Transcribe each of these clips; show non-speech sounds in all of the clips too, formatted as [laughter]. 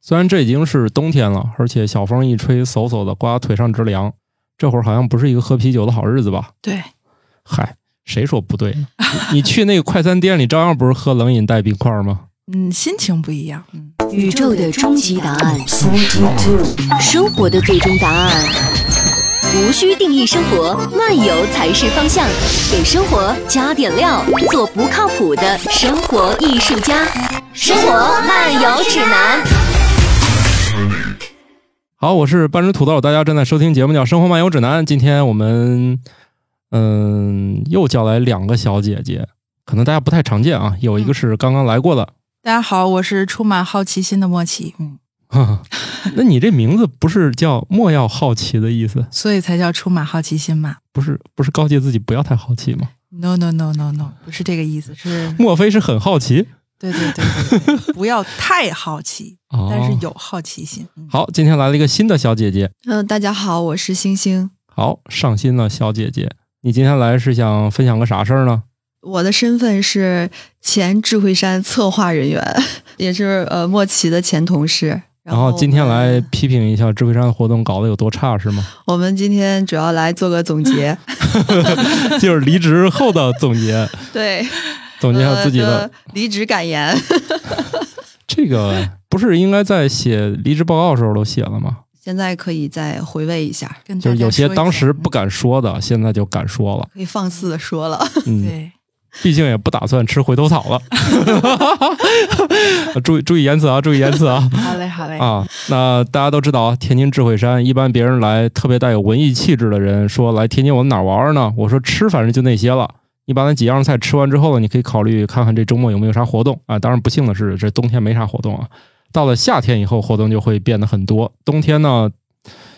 虽然这已经是冬天了，而且小风一吹，嗖嗖的刮腿上直凉，这会儿好像不是一个喝啤酒的好日子吧？对，嗨，谁说不对呢？你你去那个快餐店里，照样不是喝冷饮带冰块吗？嗯，心情不一样。嗯，宇宙的终极答案，生活的最终答案。无需定义生活，漫游才是方向。给生活加点料，做不靠谱的生活艺术家。生活漫游指南。好，我是半只土豆，大家正在收听节目叫《生活漫游指南》。今天我们嗯又叫来两个小姐姐，可能大家不太常见啊。有一个是刚刚来过的，大家好，我是充满好奇心的莫奇，嗯，哈，那你这名字不是叫莫要好奇的意思？所以才叫充满好奇心嘛。不是不是告诫自己不要太好奇吗？ No no no no no，不是这个意思，是莫非是很好奇？对对对对对，不要太好奇，哦但是有好奇心。嗯，好，今天来了一个新的小姐姐，嗯，大家好，我是星星。好上新了小姐姐，你今天来是想分享个啥事儿呢？我的身份是前智慧山策划人员， [laughs] 也是呃莫奇的前同事。然后我哦今天来们，批评一下智慧山活动搞得有多差是吗？ [laughs] 我们今天主要来做个总结，就是离职后的总 [laughs] 结，对，总结一下自己呃的的离职感言。 [laughs] 这个不是应该在写离职报告的时候都写了吗？现在可以再回味一下，跟就大是家有些说一当下嗯时不敢说的，现在就敢说 [laughs] 了。可以放肆的说了。嗯嗯，对，毕竟也不打算吃回头草了。 [laughs] 注意注意言辞啊，注意言辞啊。嗯好 [laughs] 嘞好哎嘞，啊，那大家都知道啊，天津智慧山一般别人来特别带有文艺气质的人说来天津我们哪儿玩儿呢？我说吃反正就那些了。你把那几样菜吃完之后呢，你可以考虑看看这周末有没有啥活动啊。当然不幸的是，这冬天没啥活动啊。到了夏天以后，活动就会变得很多。冬天呢，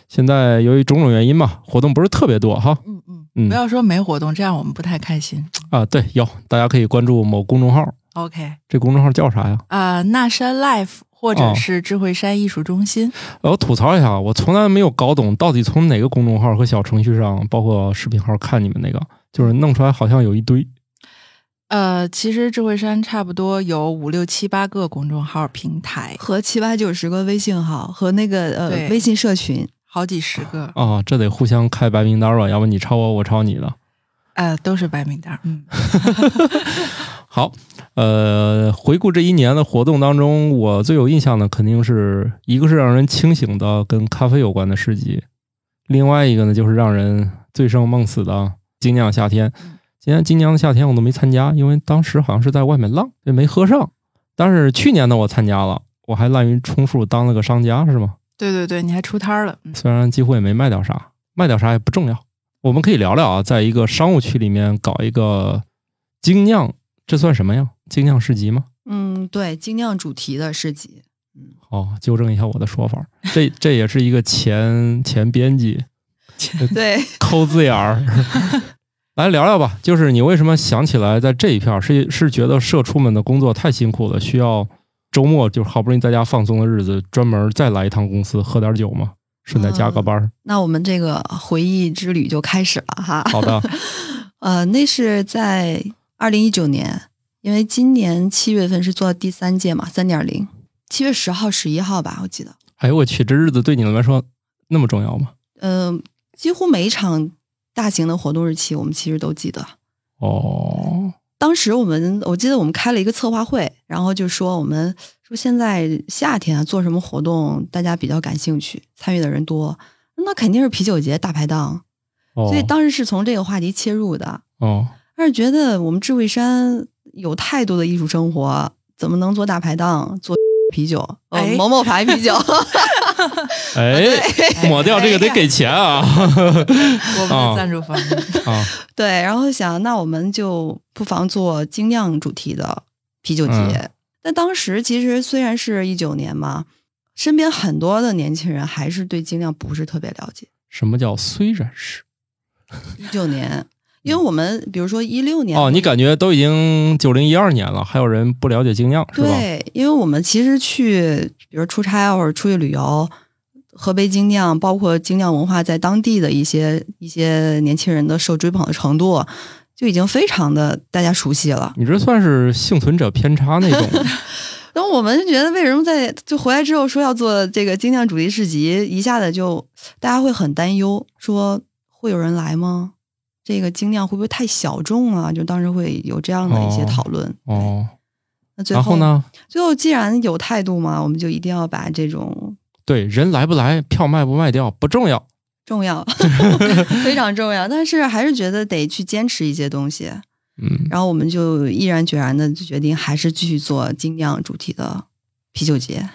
现在由于种种原因嘛，活动不是特别多哈。嗯嗯嗯不要说没活动，这样我们不太开心。啊，对，有大家可以关注某公众号， OK 这公众号叫啥呀？啊，那山 Life 或者哦是智慧山艺术中心，我吐槽一下，啊我从来没有搞懂到底从哪个公众号和小程序上，包括视频号看你们那个，就是弄出来好像有一堆呃，其实智慧山差不多有五六七八个公众号平台，和七八九十个微信号和那个呃对微信社群，好几十个，啊，这得互相开白名单吧，要不你抄我，我抄你的。呃，都是白名单。嗯， [laughs] 好，呃，回顾这一年的活动当中，我最有印象的肯定是一个是让人清醒的跟咖啡有关的市集，另外一个呢就是让人醉生梦死的精酿夏天。今年今年的夏天我都没参加，因为当时好像是在外面浪，也没喝上。但是去年呢我参加了，我还滥竽充数当了个商家是吗？对对对，你还出摊儿了，嗯，虽然几乎也没卖掉啥，卖掉啥也不重要。我们可以聊聊啊，在一个商务区里面搞一个精酿，这算什么呀？精酿市集吗？嗯，对，精酿主题的市 [laughs] 集。哦，纠正一下我的说法，这这也是一个前前编辑对，抠字眼儿。 [laughs] 来聊聊吧，就是你为什么想起来在这一片儿是是觉得社畜们的工作太辛苦了，需要周末就是好不容易在家放松的日子，专门再来一趟公司喝点酒吗？顺带加个班儿。那我们这个回忆之旅就开始了哈。好的，呃，那是在二零一九年，因为今年七月份是做第三届嘛，三点零，七月十号、十一号吧，我记得，哎呦我去，这日子对你来说那么重要吗？嗯、几乎每一场大型的活动日期，我们其实都记得。哦，当时我们，我记得我们开了一个策划会，然后就说我们说现在夏天啊，做什么活动大家比较感兴趣，参与的人多，那肯定是啤酒节、大排档，哦所以当时是从这个话题切入的。哦，但是觉得我们智慧山有太多的艺术生活，怎么能做大排档、做啤酒？呃哎某某牌啤酒， [laughs] 哎，哦 [laughs] 抹掉哎这个得给钱啊我们啊的赞助方， [laughs] 啊！对。然后想，那我们就不妨做精酿主题的啤酒节。嗯但当时其实虽然是一九年嘛，身边很多的年轻人还是对精酿不是特别了解。什么叫虽然是？一九年，因为我们比如说一六年哦，你感觉都已经九零一二年了，还有人不了解精酿是吧？对，因为我们其实去，比如出差或者出去旅游，喝杯精酿，包括精酿文化在当地的一些一些年轻人的受追捧的程度，就已经非常的大家熟悉了。 [laughs] 你这算是幸存者偏差那种然后我们就觉得，为什么在就回来之后说要做这个精酿主题市集，一下子就大家会很担忧，说会有人来吗？这个精酿会不会太小众啊？就当时会有这样的一些讨论。对，哦，那最然后？呢？最后既然有态度嘛，我们就一定要把这种对，人来不来，票卖不卖掉不重要。[laughs] 重要，非常重要，但是还是觉得得去坚持一些东西。嗯，然后我们就毅然决然的决定，还是继续做精酿主题的啤酒节。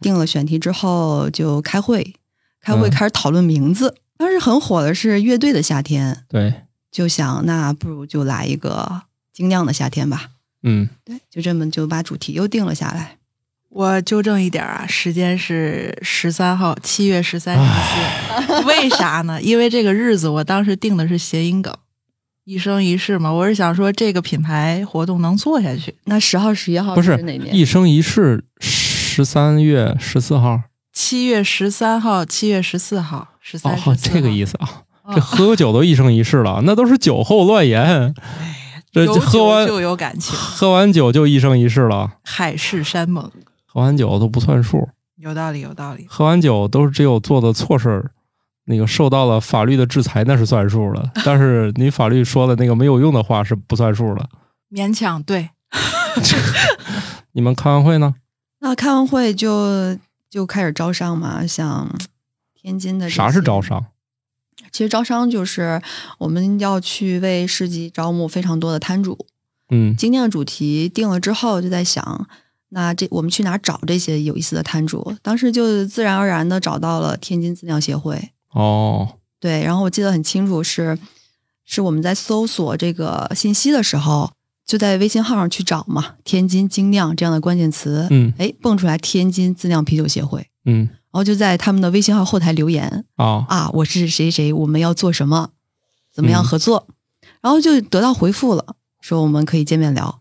定了选题之后就开会，开会嗯开始讨论名字。当时很火的是乐队的夏天，对，就想那不如就来一个精酿的夏天吧。嗯，对，就这么就把主题又定了下来。我纠正一点啊，时间是十三号，七月十三日。为啥呢？因为这个日子我当时定的是谐音梗，一生一世嘛。我是想说这个品牌活动能做下去，那十号、十一号不是哦哪年？一生一世，十三月十四号。七月十三号、七月十四号、十三、哦，这个意思。思啊，啊嗯这喝酒都一生一世 [laughs] 了，那都是酒后乱哎言。这有这喝酒完就有感情，喝完酒就一生一世了，海誓山盟，喝完酒都不算数，有道理，有道理。喝完酒都是只有做的错事儿，那个受到了法律的制裁那是算数 [laughs] 了，但是你法律说的那个没有用的话是不算数了。勉强对，你们开完会呢？那开完会就就开始招商嘛，像天津的这啥是些招商？其实招商就是我们要去为市集招募非常多的摊主。嗯精酿主题定了之后，就在想，那这我们去哪儿找这些有意思的摊主？当时就自然而然的找到了天津自酿协会。哦，对，然后我记得很清楚是，是我们在搜索这个信息的时候，就在微信号上去找嘛，天津精酿这样的关键词，嗯哎，蹦出来天津自酿啤酒协会，然嗯后就在他们的微信号后台留言，啊啊，我是谁谁，我们要做什么，怎么嗯样合作，然后就得到回复了，说我们可以见面聊。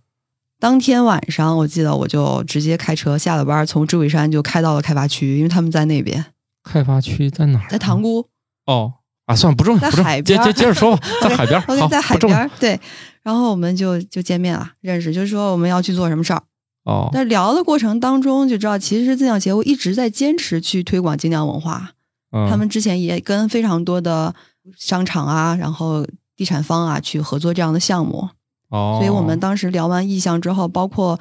当天晚上，我记得我就直接开车下了班，从知尾山就开到了开发区，因为他们在那边，开发区在哪儿？啊在塘沽。哦啊，算了，不重要，在不重要，海接边儿接接着说 [laughs] 吧，在海边儿， OK，好，在海不重边要儿，对。然后我们就就见面了，认识，就说我们要去做什么事儿。哦，在聊的过程当中，就知道其实自酿协会一直在坚持去推广精酿文化，嗯他们之前也跟非常多的商场啊，然后地产方啊去合作这样的项目，哦，所以我们当时聊完意向之后，包括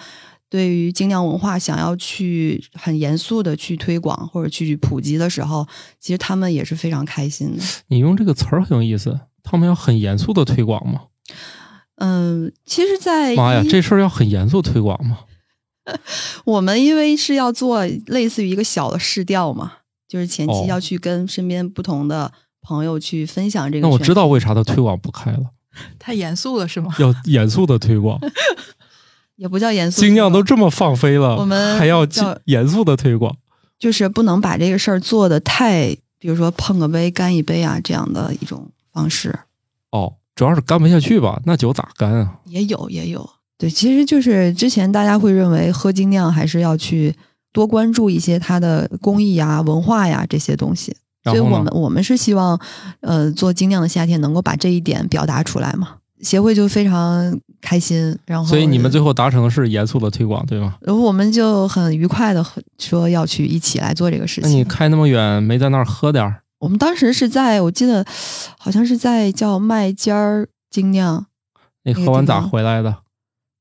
对于精酿文化想要去很严肃的去推广或者去普及的时候，其实他们也是非常开心的。你用这个词儿很有意思，他们要很严肃的推广吗？嗯，其实，在妈呀，一这事儿要很严肃推广吗？我们因为是要做类似于一个小的试调嘛，就是前哦期要去跟身边不同的朋友去分享这个。那我知道为啥他推广不开了， [laughs] 太严肃了是吗？ [laughs] 要严肃的推 [laughs] 广，也不叫严肃，精酿都这么放飞了，我们还要叫严肃的推广。就是不能把这个事儿做的太，比如说碰个杯、干一杯啊这样的一种方式，哦，主要是干不下去吧？那酒咋干啊？也有也有。对，其实就是之前大家会认为喝精酿还是要去多关注一些它的工艺呀、文化呀这些东西，然所以后我呢们？我们是希望，呃，做精酿的夏天能够把这一点表达出来嘛。协会就非常开心，然后所以你们最后达成的是严肃的推广，对吗？然后我们就很愉快的说要去一起来做这个事那情。你开那么远，没在那儿喝点儿？我们当时是在，我记得好像是在叫麦尖儿精酿，你那个喝完地咋方回来的？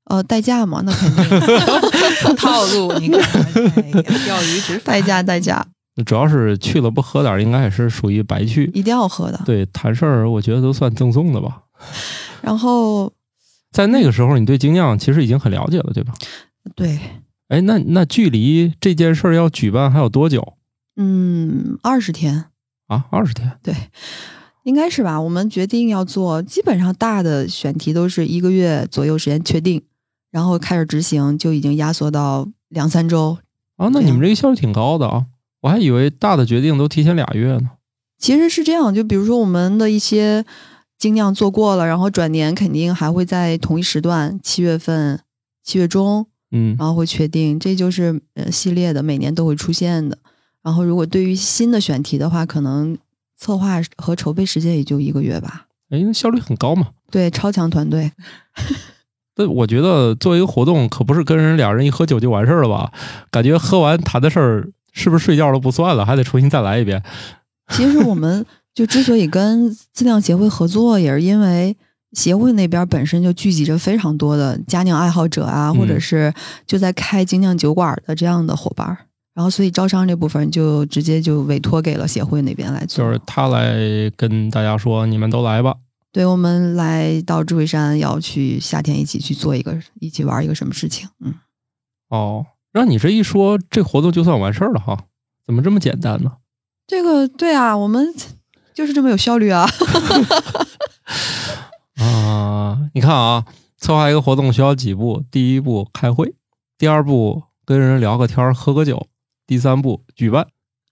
呃，代驾嘛，那肯定套路，你看，哎呀钓鱼执法 [laughs] 代，驾代驾，主要是去了不喝点儿，应该也是属于白去。一定要喝的。对，谈事儿我觉得都算赠送的吧。然后在那个时候，你对精酿其实已经很了解了，对吧？对，哎，那那距离这件事儿要举办还有多久嗯，二十天啊？二十天。应该是吧？我们决定要做，基本上大的选题都是一个月左右时间确定，然后开始执行就已经压缩到两三周。啊，那对你们这个效率挺高的啊！我还以为大的决定都提前俩月呢。其实是这样，就比如说我们的一些精酿做过了，然后转年肯定还会在同一时段，七月份、七月中，嗯然后会确定，这就是呃系列的每年都会出现的。然后如果对于新的选题的话，可能策划和筹备时间也就一个月吧。哎，那效率很高嘛。对，超强团队，那我觉得做一个活动，可不是跟人俩人一喝酒就完事儿了吧？感觉喝完谈的事儿是不是睡觉都不算了，还得重新再来一遍。其实 [laughs] 我们就之所以跟自酿协会合作，也是因为协会那边本身就聚集着非常多的佳酿爱好者啊，嗯或者是就在开精酿酒馆的这样的伙伴儿。然后，所以招商这部分就直接就委托给了协会那边来做。就是他来跟大家说，你们都来吧。对我们来到智慧山，要去夏天一起去做一个，一起玩一个什么事情？嗯，哦，让你这一说，这活动就算完事儿了哈？怎么这么简单呢？这个对啊，我们就是这么有效率啊。 [laughs] 啊，你看啊，策划一个活动需要几步？第一步开会，第二步跟人聊个天儿、喝个酒，第三步举办，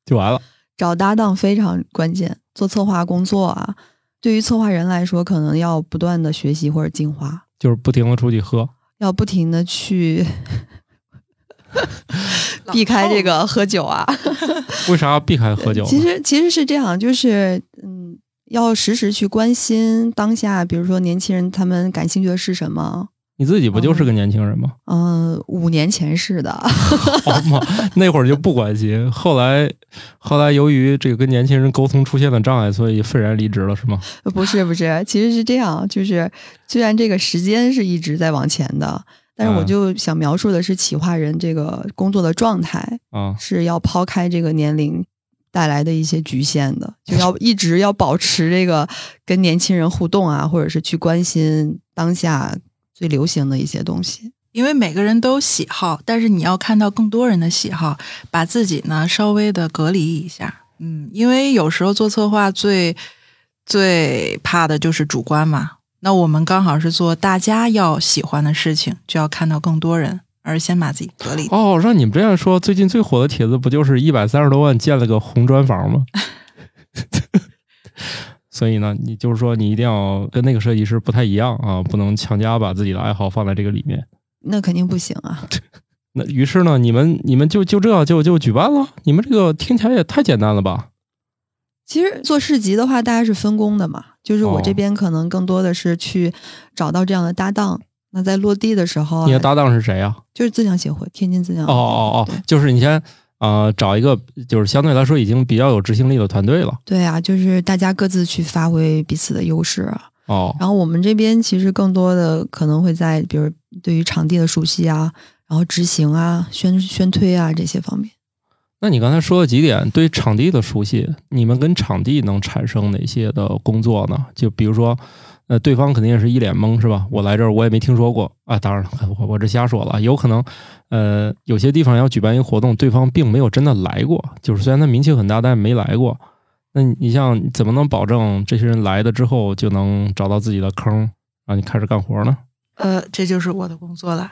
就完了。找搭档非常关键，做策划工作啊，对于策划人来说，可能要不断的学习或者进化，就是不停的出去喝，要不停 [laughs] 的去老避开套这路个喝酒啊。为啥要避开喝酒呢？其实其实是这样，就是嗯，要时时去关心当下，比如说年轻人他们感兴趣的是什么。你自己不就是个年轻人 [laughs] 吗？嗯，五年前是的，好嘛，那会儿就不关心，后来后来由于这个跟年轻人沟通出现了障碍，所以愤然离职了，是吗？不是不是，其实是这样，就是虽然这个时间是一直在往前的，但是我嗯就想描述的是企划人这个工作的状态。啊，是要抛开这个年龄带来的一些局限的，就 [laughs] 要一直要保持这个跟年轻人互动啊，或者是去关心当下最流行的一些东西。因为每个人都有喜好，但是你要看到更多人的喜好，把自己呢稍微的隔离一下。嗯，因为有时候做策划最最怕的就是主观嘛。那我们刚好是做大家要喜欢的事情，就要看到更多人，而先把自己隔离。哦，让你们这样说，最近最火的帖子不就是一百三十多万建了个红砖房吗？ [laughs] 所以呢，你就是说你一定要跟那个设计师不太一样啊，不能强加把自己的爱好放在这个里面。那肯定不行啊！那于是呢，你们你们就就这样就就举办了，你们这个听起来也太简单了吧？其实做市集的话，大家是分工的嘛，就是我这哦边可能更多的是去找到这样的搭档。那在落地的时候啊，你的搭档是谁啊？就是自强协会，天津自强。哦哦哦对，就是你先呃找一个就是相对来说已经比较有执行力的团队了。对啊，就是大家各自去发挥彼此的优势啊。哦，然后我们这边其实更多的可能会在，比如对于场地的熟悉啊，然后执行啊、宣宣推啊这些方面。那你刚才说的几点，对场地的熟悉，你们跟场地能产生哪些的工作呢？就比如说，呃，对方肯定也是一脸懵，是吧？我来这儿我也没听说过啊。当然了，我我这瞎说了，啊有可能，呃，有些地方要举办一个活动，对方并没有真的来过，就是虽然他名气很大，但没来过。那你你像怎么能保证这些人来了之后就能找到自己的坑，让你开始干活呢？呃，这就是我的工作了。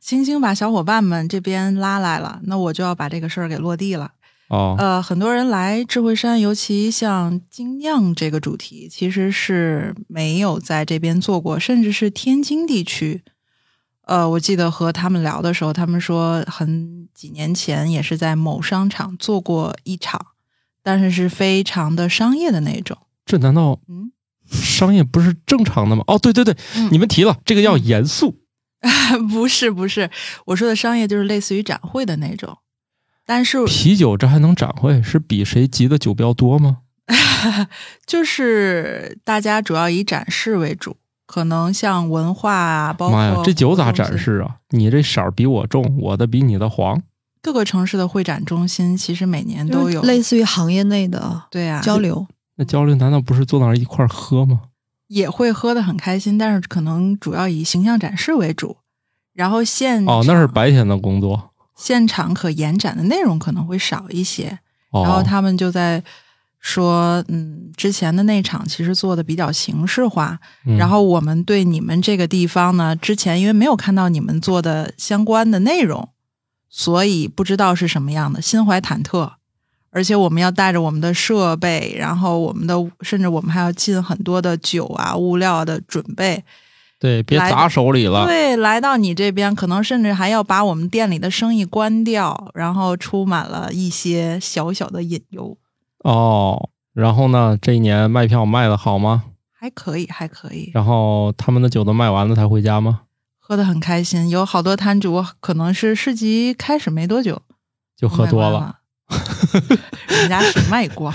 星星把小伙伴们这边拉来了，那我就要把这个事儿给落地了。哦，呃，很多人来智慧山，尤其像精酿这个主题，其实是没有在这边做过，甚至是天津地区。呃，我记得和他们聊的时候，他们说很几年前也是在某商场做过一场，但是是非常的商业的那种。 [laughs] 这难道嗯，商业不是正常的吗？哦，对对对，嗯你们提了，这个要严肃。不是不是，我说的商业就是类似于展会的那种，但是啤酒这还能展会，是比谁集的酒标多吗？就是大家主要以展示为主，可能像文化啊，包括妈呀，这酒咋活动展性示啊？你这色儿比我重，我的比你的黄。各个城市的会展中心其实每嗯年都有类似于行业内的对啊，交流。那交流难道不是坐那儿一块儿喝吗？也会喝的很开心，但是可能主要以形象展示为主。然后现哦，那是场白天的工作。现场可延展的内容可能会少一些，哦，然后他们就在说，嗯，之前的那场其实做的比较形式化，嗯然后我们对你们这个地方呢，之前因为没有看到你们做的相关的内容，所以不知道是什么样的，心怀忐忑。而且我们要带着我们的设备，然后我们的甚至我们还要进很多的酒啊、物料的准备。对，别来砸手里了。对，来到你这边，可能甚至还要把我们店里的生意关掉，然后充满了一些小小的隐忧。哦，然后呢？这一年卖票卖的好吗？还可以，还可以，然后他们的酒都卖完了才回家吗？喝得很开心。有好多摊主可能是市集开始没多久就喝多了，了。卖完人家是卖 [laughs] 光，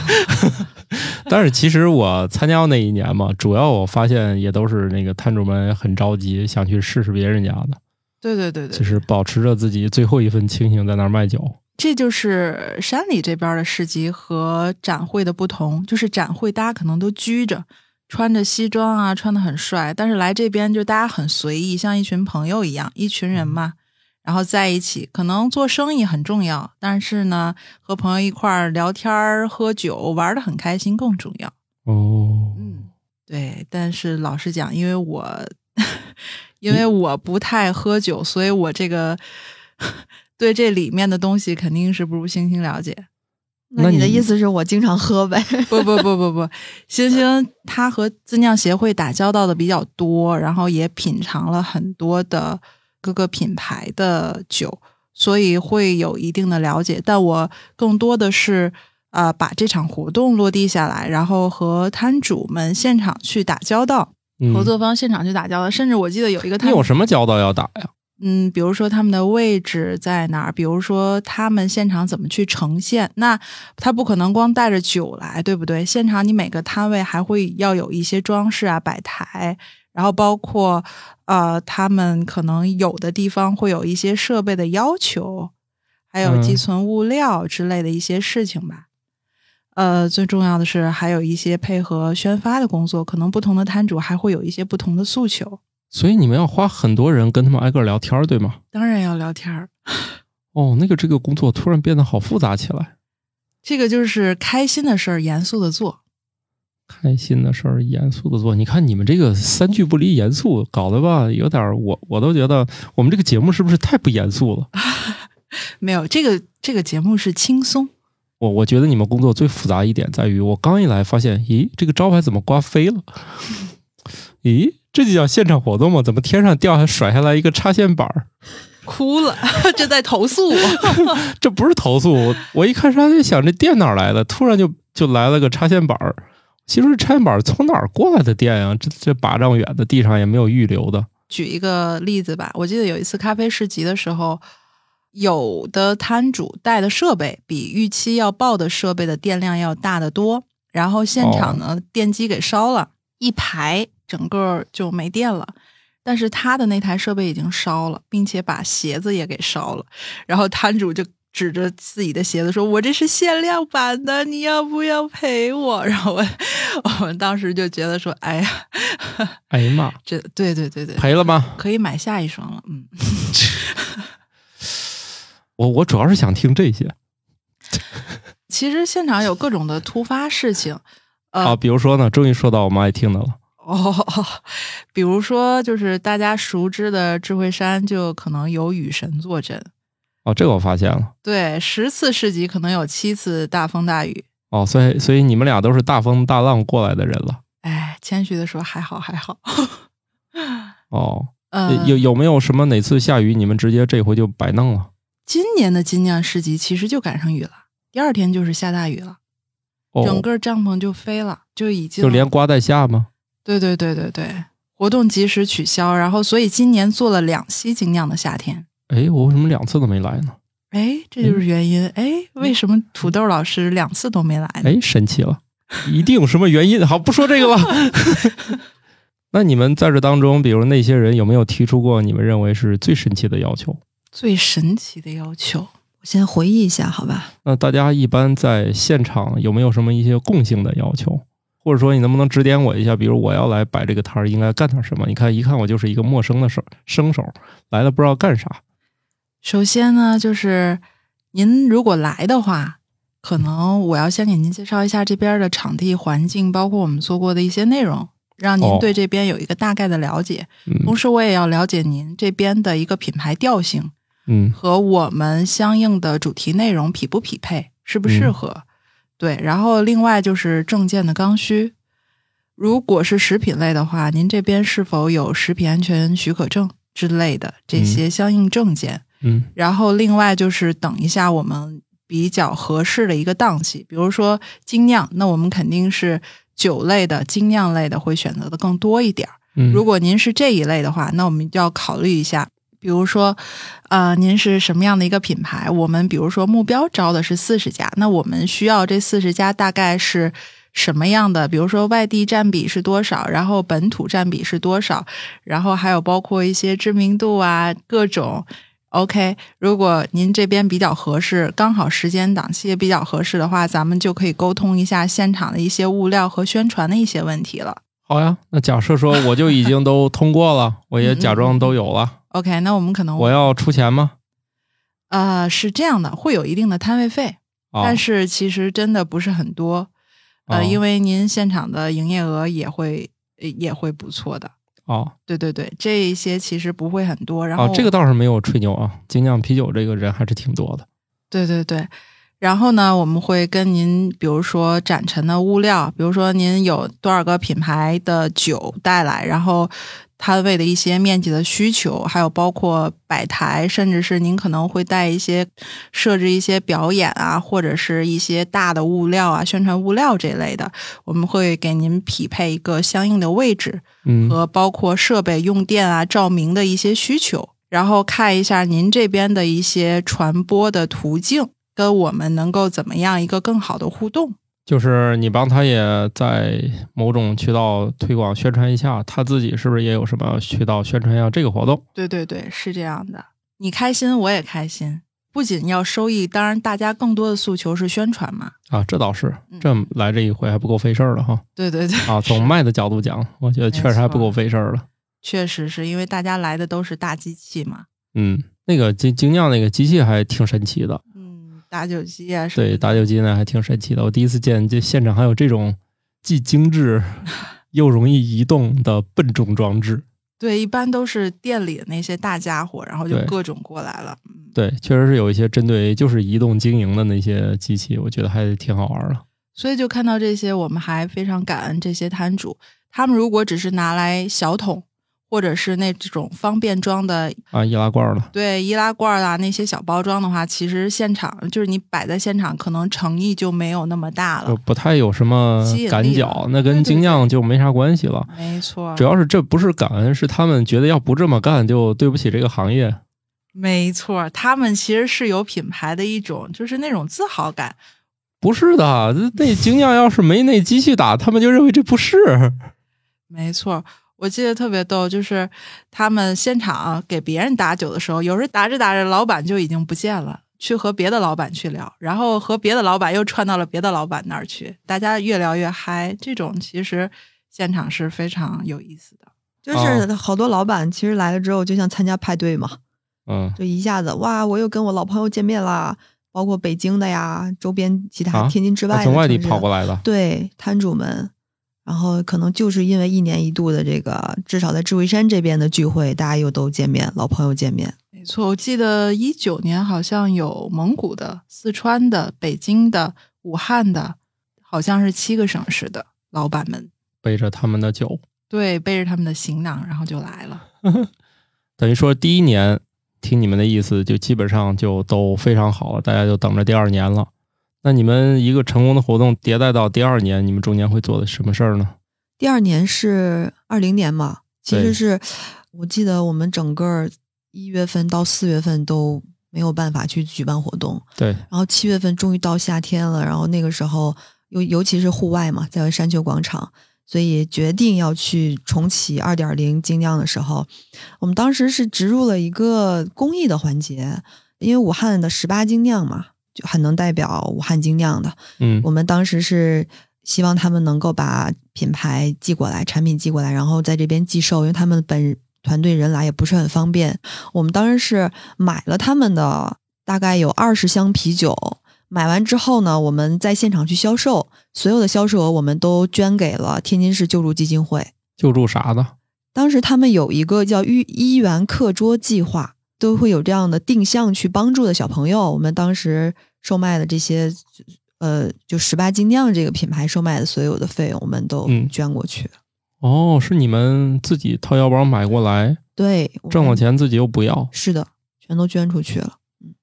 但是其实我参加那一年嘛，主要我发现也都是那个摊主们很着急，想去试试别人家的，对对对对，就是保持着自己最后一份清醒在那儿卖酒。这就是山里这边的市集和展会的不同，就是展会大家可能都拘着，穿着西装啊，穿的很帅，但是来这边就大家很随意，像一群朋友一样，一群人嘛，嗯然后在一起，可能做生意很重要，但是呢，和朋友一块儿聊天儿、喝酒、玩的很开心更重要。哦，嗯，对，但是老实讲，因为我因为我不太喝酒，所以我这个对这里面的东西肯定是不如星星了解。那那你的你意思是我经常喝呗？ [laughs] 不不不不不，星星他和自酿协会打交道的比较多，然后也品尝了很多的各个品牌的酒，所以会有一定的了解。但我更多的是呃把这场活动落地下来，然后和摊主们现场去打交道。嗯合作方现场去打交道，甚至我记得有一个你他有们，什么交道要打呀？嗯，比如说他们的位置在哪儿，比如说他们现场怎么去呈现，那他不可能光带着酒来，对不对？现场你每个摊位还会要有一些装饰啊、摆台，然后包括呃，他们可能有的地方会有一些设备的要求，还有嗯寄存物料之类的一些事情吧。呃，最重要的是还有一些配合宣发的工作，可能不同的摊主还会有一些不同的诉求。所以你们要花很多人跟他们挨个聊天儿，对吗？当然要聊天儿，哦，那个这个工作突然变得好复杂起来，这个就是开心的事儿，严肃的做。开心的事儿，严肃的做。你看你们这个三句不离严肃，搞得吧有点儿我我都觉得我们这个节目是不是太不严肃了？没有这个这个节目是轻松，我我觉得你们工作最复杂一点在于，我刚一来发现，咦，这个招牌怎么刮飞 [laughs] 了？咦，这就叫现场活动吗？怎么天上掉下甩下来一个插线板儿？哭了， [laughs] 这在投诉我。这不是投诉，我我一开始还在想这电哪儿来的，突然就就来了个插线板儿。其实插线板儿从哪儿过来的电呀、这这八丈远的地上也没有预留的。举一个例子吧，我记得有一次咖啡市集的时候，有的摊主带的设备比预期要报的设备的电量要大得多，然后现场呢、电机给烧了，一排整个就没电了。但是他的那台设备已经烧了，并且把鞋子也给烧了，然后摊主就。指着自己的鞋子说：“我这是限量版的，你要不要赔我？”然后我 [laughs] 我们当时就觉得说：“哎呀，哎呀妈，这对对对对，赔了吗？可以买下一双了。嗯，我我主要是想听这些其实现场有各种的突发事情， [laughs] 呃，啊，比如说呢，终于说到我们爱听的了。哦， [laughs] 比如说就是大家熟知的智慧山，就可能有雨神坐镇。哦，这个我发现了。对，十次市集可能有七次大风大雨。哦，所以所以你们俩都是大风大浪过来的人了。哎，谦虚的说还好 [laughs] 还好。哦，呃，有有没有什么哪次下雨你们直接这回就白弄了？今年的金酿市集其实就赶上雨了，第二天就是下大雨了，哦，整个帐篷就飞了，就已经就连刮带下吗？对对对对对，活动及时取消，然后所以今年做了两期精酿的夏天。哎，我为什么两次都没来呢？哎，这嗯就是原因。哎，为什么土豆老师两次都没来呢？哎，神奇了，一定有什么原因。好，不说这个了。 [laughs] 那你们在这当中，比如那些人有没有提出过你们认为是最神奇的要求？最神奇的要求，我先回忆一下，好吧？那大家一般在现场有没有什么一些共性的要求？或者说，你能不能指点我一下？比如我要来摆这个摊儿，应该干点什么？你看，一看我就是一个陌生的手生手，来了不知道干啥。首先呢，就是您如果来的话，可能我要先给您介绍一下这边的场地环境，包括我们做过的一些内容，让您哦对这边有一个大概的了解。同嗯时，我也要了解您这边的一个品牌调性。嗯，和我们相应的主题内容匹不匹配，适不适合。对，然后另外就是证件的刚需。如果是食品类的话，您这边是否有食品安全许可证之类的这些相应证件？嗯，然后另外就是等一下我们比较合适的一个档期，比如说精酿，那我们肯定是酒类的、精酿类的会选择的更多一点儿。嗯如果您是这一类的话，那我们就要考虑一下，比如说，呃，您是什么样的一个品牌？我们比如说目标招的是四十家，那我们需要这四十家大概是什么样的？比如说外地占比是多少，然后本土占比是多少，然后还有包括一些知名度啊，各种。OK，如果您这边比较合适，刚好时间档期也比较合适的话，咱们就可以沟通一下现场的一些物料和宣传的一些问题了。好呀，那假设说我就已经都通过了，我嗯也假装都有了， OK，那我们可能我要出钱吗？呃，是这样的，会有一定的摊位费，啊、但是其实真的不是很多，呃，哦因为您现场的营业额也会呃也会不错的。哦对对对，这一些其实不会很多。然后、哦，这个倒是没有吹牛啊，精酿啤酒这个人还是挺多的。对对对，然后呢，我们会跟您，比如说展陈的物料，比如说您有多少个品牌的酒带来，然后摊位的一些面积的需求，还有包括摆台，甚至是您可能会带一些设置一些表演啊，或者是一些大的物料啊、宣传物料这类的，我们会给您匹配一个相应的位置。嗯，和包括设备用电啊、照明的一些需求，然后看一下您这边的一些传播的途径，跟我们能够怎么样一个更好的互动。就是你帮他也在某种渠道推广宣传一下，他自己是不是也有什么渠道宣传一下这个活动？对对对，是这样的，你开心我也开心，不仅要收益，当然大家更多的诉求是宣传嘛。啊，这倒是嗯，这来这一回还不够费事儿了哈。对对对，啊，从卖的角度讲，我觉得确实还不够费事儿了。确实是因为大家来的都是大机器嘛，嗯，那个精精酿那个机器还挺神奇的，嗯，打酒机啊什么的，对，打酒机呢还挺神奇的。我第一次见，这现场还有这种既精致 [laughs] 又容易移动的笨重装置。对，一般都是店里的那些大家伙，然后就对各种过来了。嗯，对，确实是有一些针对就是移动经营的那些机器，我觉得还挺好玩儿的。所以就看到这些，我们还非常感恩这些摊主。他们如果只是拿来小桶，或者是那种方便装的，啊，易拉罐儿了，对易拉罐啊那些小包装的话，其实现场就是你摆在现场，可能诚意就没有那么大就了。不太有什么啊吸引力赶脚了，那对跟对精对啊酿就没啥关系了。没错主，要是这不是感恩，是他们觉得要不这么干就对不起这个行业。没错，他们其实是有品牌的一种，就是那种自豪感。不是的，这那精酿要是没那机器打，他们就认为这不是。 [laughs] 没错，我记得特别逗，就是他们现场给别人打酒的时候，有时候打着打着，老板就已经不见了，去和别的老板去聊，然后和别的老板又串到了别的老板那儿去，大家越聊越嗨。这种其实现场是非常有意思的。哦就是好多老板其实来了之后就像参加派对嘛，嗯，就一下子哇，我又跟我老朋友见面啦，包括北京的呀，周边其他啊天津之外的、还啊从外地跑过来，来的。对摊主们，然后可能就是因为一年一度的这个，至少在智慧山这边的聚会，大家又都见面，老朋友见面，没错，我记得一九年好像有蒙古的、四川的、北京的、武汉的，好像是七个省市的老板们，背着他们的酒，对，背着他们的行囊，然后就来了。等于说第一年听你们的意思，就基本上就都非常好了，大家就等着第二年了。那你们一个成功的活动迭代到第二年，你们中间会做的什么事儿呢？第二年是二零年嘛，其对实是我记得我们整个一月份到四月份都没有办法去举办活动，对，然后七月份终于到夏天了，然后那个时候尤尤其是户外嘛，在山丘广场，所以决定要去重启二点零精酿的时候，我们当时是植入了一个公益的环节，因为武汉的十八精酿嘛，就很能代表武汉精酿的，嗯我们当时是希望他们能够把品牌寄过来，产品寄过来，然后在这边寄售，因为他们本团队人来也不是很方便。我们当时是买了他们的大概有二十箱啤酒。买完之后呢，我们在现场去销售，所有的销售额我们都捐给了天津市救助基金会。救助啥的，当时他们有一个叫“一一元课桌计划”，都会有这样的定向去帮助的小朋友。我们当时售卖的这些，呃，就十八精酿这个品牌售卖的所有的费用，我们都嗯捐过去。哦，是你们自己掏腰包买过来，对，我们挣了钱自己又不要，是的，全都捐出去了。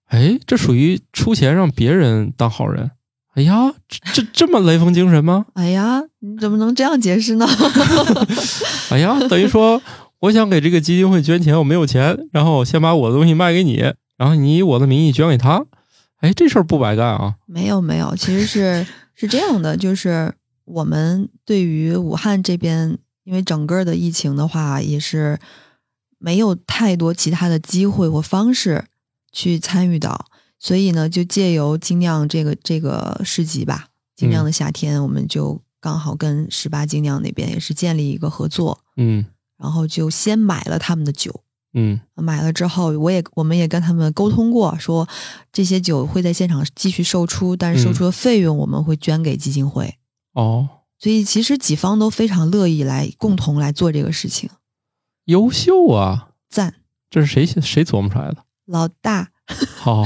哎，这属于出钱让别人当好人，哎呀，这这这么雷锋精神吗？哎呀，你怎么能这样解释呢？ [laughs] [laughs] 哎呀，等于说我想给这个基金会捐钱，我没有钱，然后我先把我的东西卖给你，然后你以我的名义捐给他，哎，这事儿不白干啊！没有没有，其实是是这样的，就是我们对于武汉这边，因为整个的疫情的话，也是没有太多其他的机会或方式去参与到，所以呢，就借由精酿这个这个市集吧，精酿的夏天，我们就刚好跟十八精酿那边也是建立一个合作，嗯然后就先买了他们的酒，嗯买了之后，我也我们也跟他们沟通过，说这些酒会在现场继续售出，但是售出的费用我们会捐给基金会。哦，所以其实几方都非常乐意来共同来做这个事情，优秀啊！赞这是谁谁琢磨出来的？老大！好、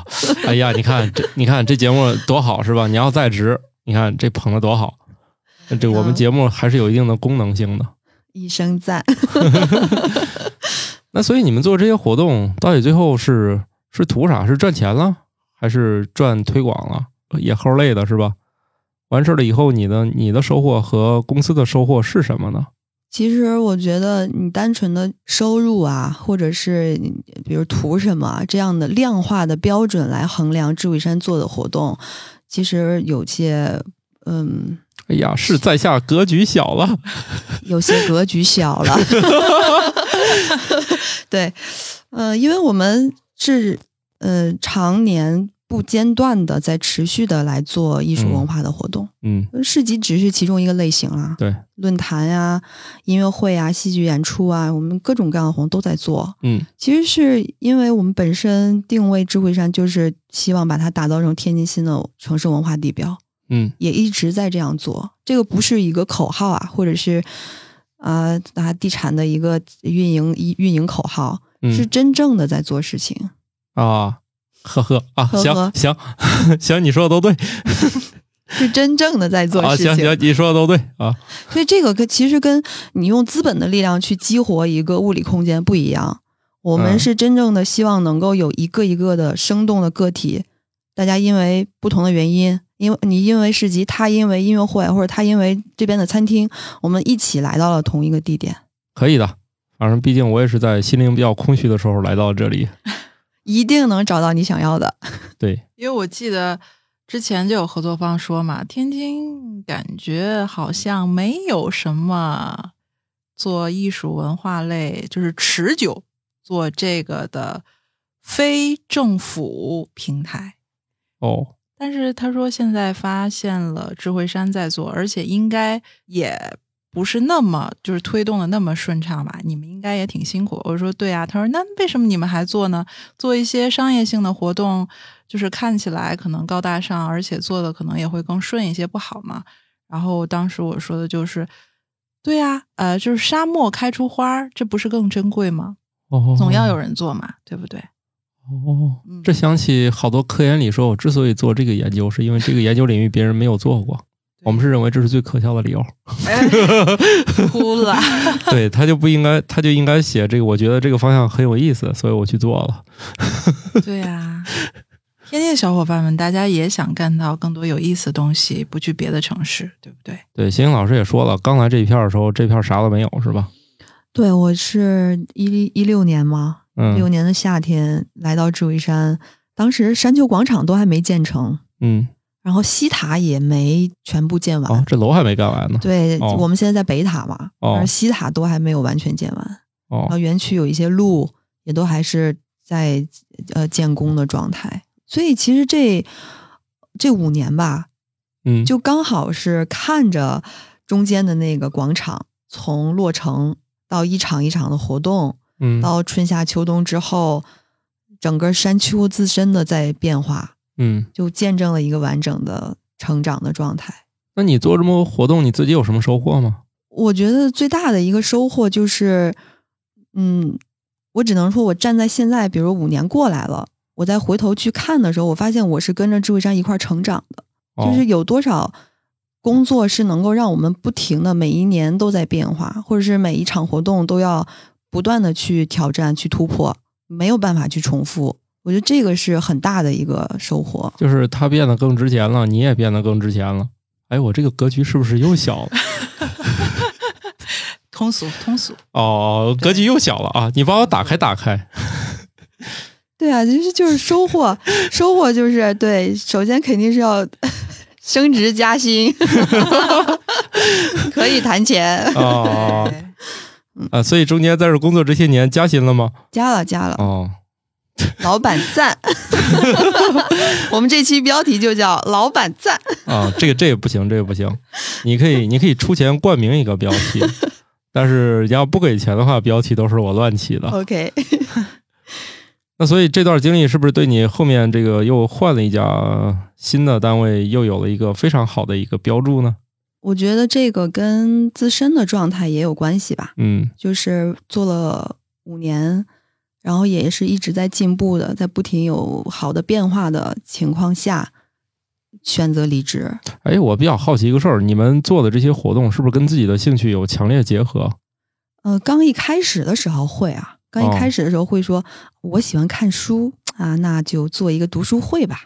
[laughs] 哎呀，你看这，你看这节目多好是吧？你要在职，你看这捧的多好，这我们节目还是有一定的功能性的。一声赞。 [laughs] 那所以你们做这些活动，到底最后是是图啥？是赚钱了，还是赚推广了？也齁累的是吧？完事儿了以后，你的你的收获和公司的收获是什么呢？其实我觉得你单纯的收入啊，或者是你比如图什么啊这样的量化的标准来衡量智慧山做的活动，其实有些嗯哎呀，是在下格局小了，有些格局小了。对，呃，因为我们是呃常年不间断的在持续的来做艺术文化的活动，嗯市集只是其中一个类型啦、对，论坛呀、音乐会啊、戏剧演出啊，我们各种各样的活动都在做。嗯其实是因为我们本身定位智慧山，就是希望把它打造成天津新的城市文化地标。嗯也一直在这样做。这个不是一个口号啊，或者是啊啊地产的一个运营一运营口号，是嗯真正的在做事情。啊，呵呵啊，呵呵行行行，你说的都对是真正的在做啊，事情，行行，你说的都对啊，所以这个跟其实跟你用资本的力量去激活一个物理空间不一样。我们嗯是真正的希望能够有一个一个的生动的个体，大家因为不同的原因，因为你因为市集，他因为音乐会，或者他因为这边的餐厅，我们一起来到了同一个地点。可以的。反正毕竟我也是在心灵比较空虚的时候来到这里，一定能找到你想要的。对，因为我记得之前就有合作方说嘛，天津感觉好像没有什么做艺术文化类，就是持久做这个的非政府平台。哦，但是他说现在发现了智慧山在做，而且应该也不是那么就是推动的那么顺畅吧？你们应该也挺辛苦。我说对啊，他说那为什么你们还做呢？做一些商业性的活动，就是看起来可能高大上，而且做的可能也会更顺一些，不好吗？然后当时我说的就是。对呀、呃，就是沙漠开出花儿，这不是更珍贵吗？哦，总要有人做嘛，对不对？哦嗯，这想起好多科研里说，我之所以做这个研究，是因为这个研究领域别人没有做过，我们是认为这是最可笑的理 [laughs] 由。[laughs] 哭了。对，他就不应该，他就应该写这个，我觉得这个方向很有意思，所以我去做了。对呀、天津的小伙伴们，大家也想干到更多有意思的东西，不去别的城市，对不对？对，邢老师也说了，刚来这一片儿的时候，这片儿啥都没有，是吧？对，我是一一六年嘛，六嗯年的夏天来到智慧山，当时山丘广场都还没建成，嗯，然后西塔也没全部建完。哦，这楼还没干完呢。对、哦我们现在在北塔嘛，哦而西塔都还没有完全建完，然后哦，园区有一些路也都还是在呃建工的状态，所以其实这这五年吧，嗯，就刚好是看着中间的那个广场从落成到一场一场的活动，嗯到春夏秋冬之后，整个山丘自身的在变化，嗯，就见证了一个完整的成长的状态。那你做这么多活动，你自己有什么收获吗？我觉得最大的一个收获就是，嗯，我只能说我站在现在，比如五年过来了，我再回头去看的时候，我发现我是跟着智慧山一块儿成长的。哦就是有多少工作是能够让我们不停的每一年都在变化，或者是每一场活动都要不断的去挑战、去突破，没有办法去重复。我觉得这个是很大的一个收获。就是它变得更值钱了，你也变得更值钱了。哎，我这个格局是不是又小 [laughs] 了？通俗通俗，哦，格局又小了啊！你帮我打开打开。对啊，就是就是收获，收获就是对，首先肯定是要 [laughs] 升职加薪， [laughs] 可以谈钱，哦对 [laughs] 啊，所以中间在这工作这些年加薪了吗？加了加了，哦， [laughs] 老板 [laughs] 赞。 [laughs] 我们这期标题就叫“老板赞啊，这个这个不行，这个不行，你可以你可以出钱冠名一个标题，但是你要不给钱的话，标题都是我乱起”。的。 OK，那所以这段经历是不是对你后面这个又换了一家新的单位，又有了一个非常好的一个标注呢？我觉得这个跟自身的状态也有关系吧。嗯就是做了五年，然后也是一直在进步的，在不停有好的变化的情况下，选择离职。哎，我比较好奇一个事儿，你们做的这些活动是不是跟自己的兴趣有强烈结合？呃，刚一开始的时候会啊，刚一开始的时候会说，我喜欢看书啊，那就做一个读书会吧。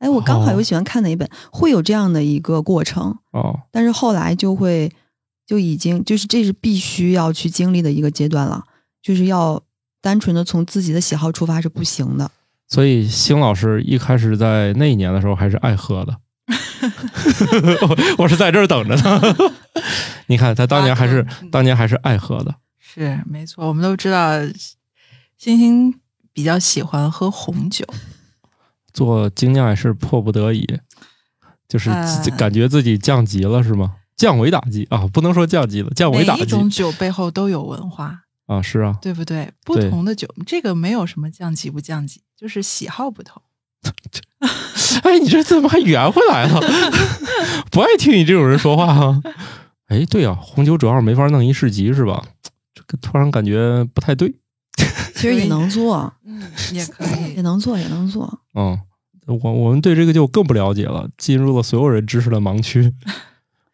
哎，我刚好哦有喜欢看哪一本，会有这样的一个过程。哦，但是后来就会就已经就是这是必须要去经历的一个阶段了，就是要单纯的从自己的喜好出发是不行的。所以星老师一开始在那一年的时候还是爱喝的， [laughs] 我我是在这儿等着呢。 [laughs] 你看他当年还是啊对当年还是爱喝的，是没错。我们都知道，星星比较喜欢喝红酒，做精酿也是迫不得已，就是呃自感觉自己降级了是吗？降维打击啊，不能说降级了，降维每打一击种酒背后都有文化，啊，是啊，对不对？不对同的酒，这个没有什么降级不降级，就是喜好 [laughs] 不同。哎，你这怎么还圆回来 [laughs] 了？不爱听你这种人说话啊！哎，对啊，红酒主要是没法弄一市集是吧？这个突然感觉不太对。其实也能做，嗯，也可也以。能做，也能做。嗯，我我们对这个就更不了解了，进入了所有人知识的盲区。 [laughs]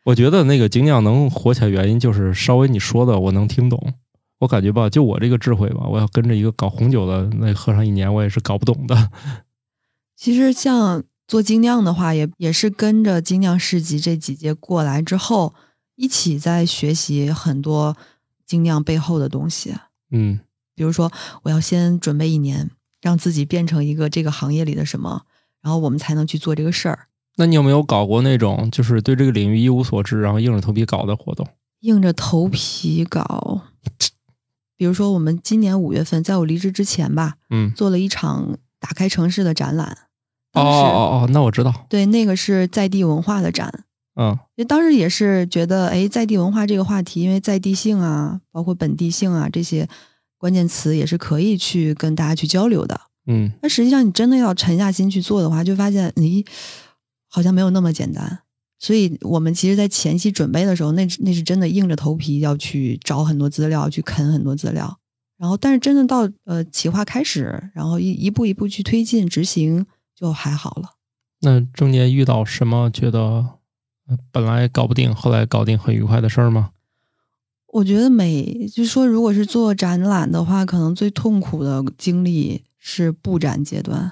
我觉得那个精酿能火起来，原因就是稍微你说的我能听懂。我感觉吧，就我这个智慧吧，我要跟着一个搞红酒的那喝上一年，我也是搞不懂的。其实像做精酿的话，也也是跟着精酿市集这几届过来之后，一起在学习很多精酿背后的东西。嗯，比如说，我要先准备一年，让自己变成一个这个行业里的什么，然后我们才能去做这个事儿。那你有没有搞过那种就是对这个领域一无所知，然后硬着头皮搞的活动？硬着头皮搞。比如说，我们今年五月份，在我离职之前吧，嗯，做了一场打开城市的展览。哦当时哦哦，那我知道，对，那个是在地文化的展。嗯就当时也是觉得，哎，在地文化这个话题，因为在地性啊，包括本地性啊这些关键词，也是可以去跟大家去交流的。嗯，那实际上，你真的要沉下心去做的话，就发现，咦，好像没有那么简单。所以我们其实，在前期准备的时候，那那是真的硬着头皮要去找很多资料，去啃很多资料。然后，但是真的到呃企划开始，然后一一步一步去推进执行，就还好了。那中间遇到什么觉得呃本来搞不定，后来搞定很愉快的事儿吗？我觉得每就是说，如果是做展览的话，可能最痛苦的经历是布展阶段。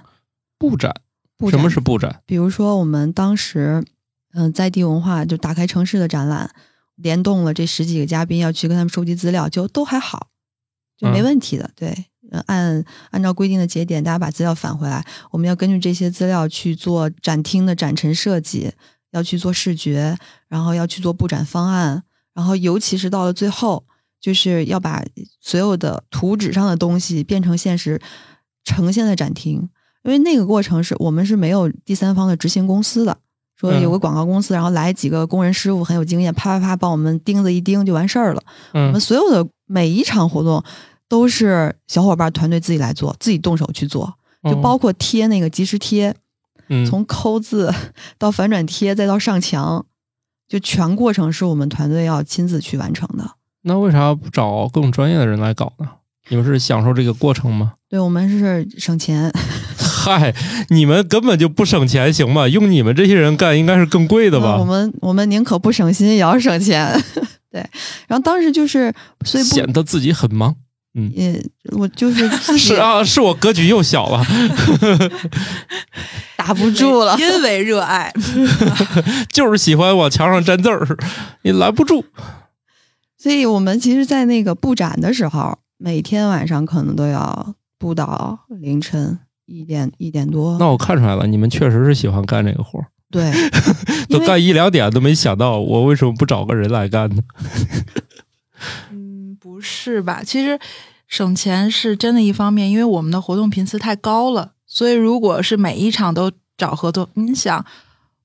布展，布什展么是布展？比如说我们当时，嗯、在地文化就打开城市的展览，联动了这十几个嘉宾要去跟他们收集资料，就都还好，就没嗯问题的。对，呃按按照规定的节点，大家把资料返回来，我们要根据这些资料去做展厅的展陈设计，要去做视觉，然后要去做布展方案，然后尤其是到了最后，就是要把所有的图纸上的东西变成现实呈现在展厅，因为那个过程是我们是没有第三方的执行公司的。说有个嗯广告公司，然后来几个工人师傅很有经验，啪啪啪帮我们钉子一钉就完事儿了。我嗯们所有的每一场活动都是小伙伴团队自己来做，自己动手去做，就哦包括贴那个即时贴，嗯从抠字 [laughs] 到反转贴，再到上墙，就全过程是我们团队要亲自去完成的。那为啥不找更专业的人来搞呢？你们是享受这个过程吗？ [laughs] 对我们是省钱，嗨，你们根本就不省钱，行吗？用你们这些人干，应该是更贵的吧？嗯我们我们宁可不 [laughs] 省心也要省钱。对，然后当时就是，所以不显得自己很忙。嗯也 [laughs] 我就是自己是啊，是我格局又小了，[laughs] 打不住了，因为热爱。就是喜欢往墙上粘字儿，你拦不住。嗯所以我们其实，在那个布展的时候，每天晚上可能都要布到凌晨一点一点多。那我看出来了，你们确实是喜欢干这个活儿，对，都因为干一两点都没想到，我为什么不找个人来干呢？嗯，不是吧？其实省钱是真的一方面，因为我们的活动频次太高了，所以如果是每一场都找合作，你想，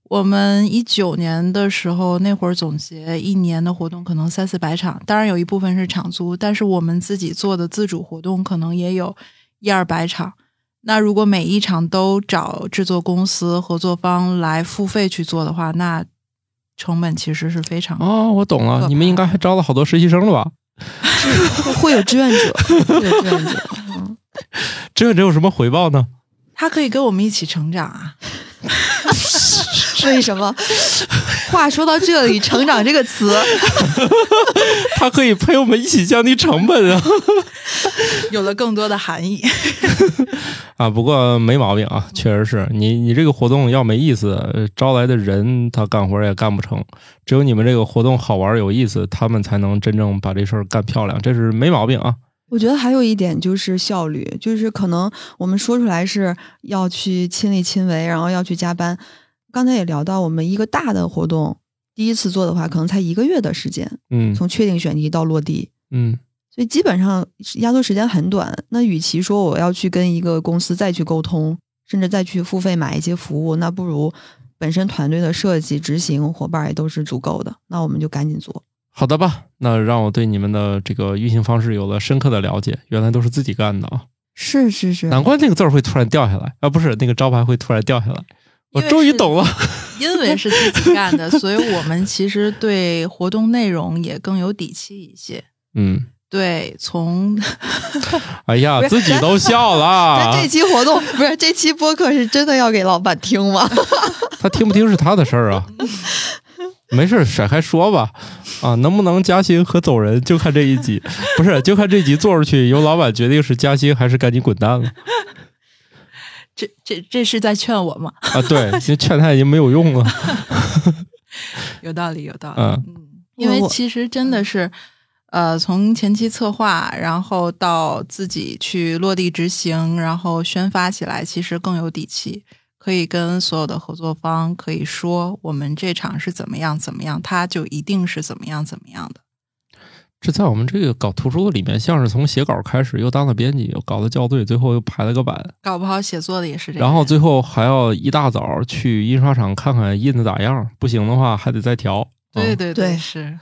我们一九年的时候那会儿总结一年的活动可能三四百场，当然有一部分是场租，但是我们自己做的自主活动可能也有一二百场。那如果每一场都找制作公司、合作方来付费去做的话，那成本其实是非常高的哦，我懂了，你们应该还招了好多实习生了吧？会有志愿者，会有志愿者。嗯志愿者有什么回报呢？他可以跟我们一起成长啊！为什么？话说到这里，“成长”这个词他可以陪我们一起降低成本啊！有了更多的含义。 [laughs] 啊，不过没毛病啊，确实是你你这个活动要没意思，呃招来的人他干活也干不成，只有你们这个活动好玩有意思，他们才能真正把这事儿干漂亮，这是没毛病啊。我觉得还有一点就是效率，就是可能我们说出来是要去亲力亲为，然后要去加班。刚才也聊到，我们一个大的活动，第一次做的话，可能才一个月的时间，嗯从确定选题到落地，嗯所以基本上压缩时间很短。那与其说我要去跟一个公司再去沟通，甚至再去付费买一些服务，那不如本身团队的设计、执行伙伴也都是足够的，那我们就赶紧做。好的吧，那让我对你们的这个运行方式有了深刻的了解，原来都是自己干的啊，是是是，难怪那个字儿会突然掉下来啊，不是那个招牌会突然掉下来，我终于懂了。因为是自己干的，所以我们其实对活动内容也更有底气一些。 [laughs] 嗯，对，从哎呀，不自是己 [laughs] 都笑咱了啊这，期活动不是这期播客是真的要给老板听吗？他听不听是他的事儿啊。没事儿，甩开说吧，啊，能不能加薪和走人就看这一集，不是就看这集做出去，由老板决定是加薪还是赶紧滚蛋了这这这是在劝我吗？ [laughs] 啊？对，因为劝他已经没有用了。有道理，有道理。嗯嗯，因为我其实真的是，呃，从前期策划，然后到自己去落地执行，然后宣发起来，其实更有底气。可以跟所有的合作方可以说，我们这场是怎么样怎么样，它就一定是怎么样怎么样的。这在我们这个搞图书的里面，像是从写稿开始，又当了编辑，又搞了校对，最后又排了个版，搞不好写作的也是这样。然后最后还要一大早去印刷厂看看印的咋样，不行的话还得再调。嗯对对对是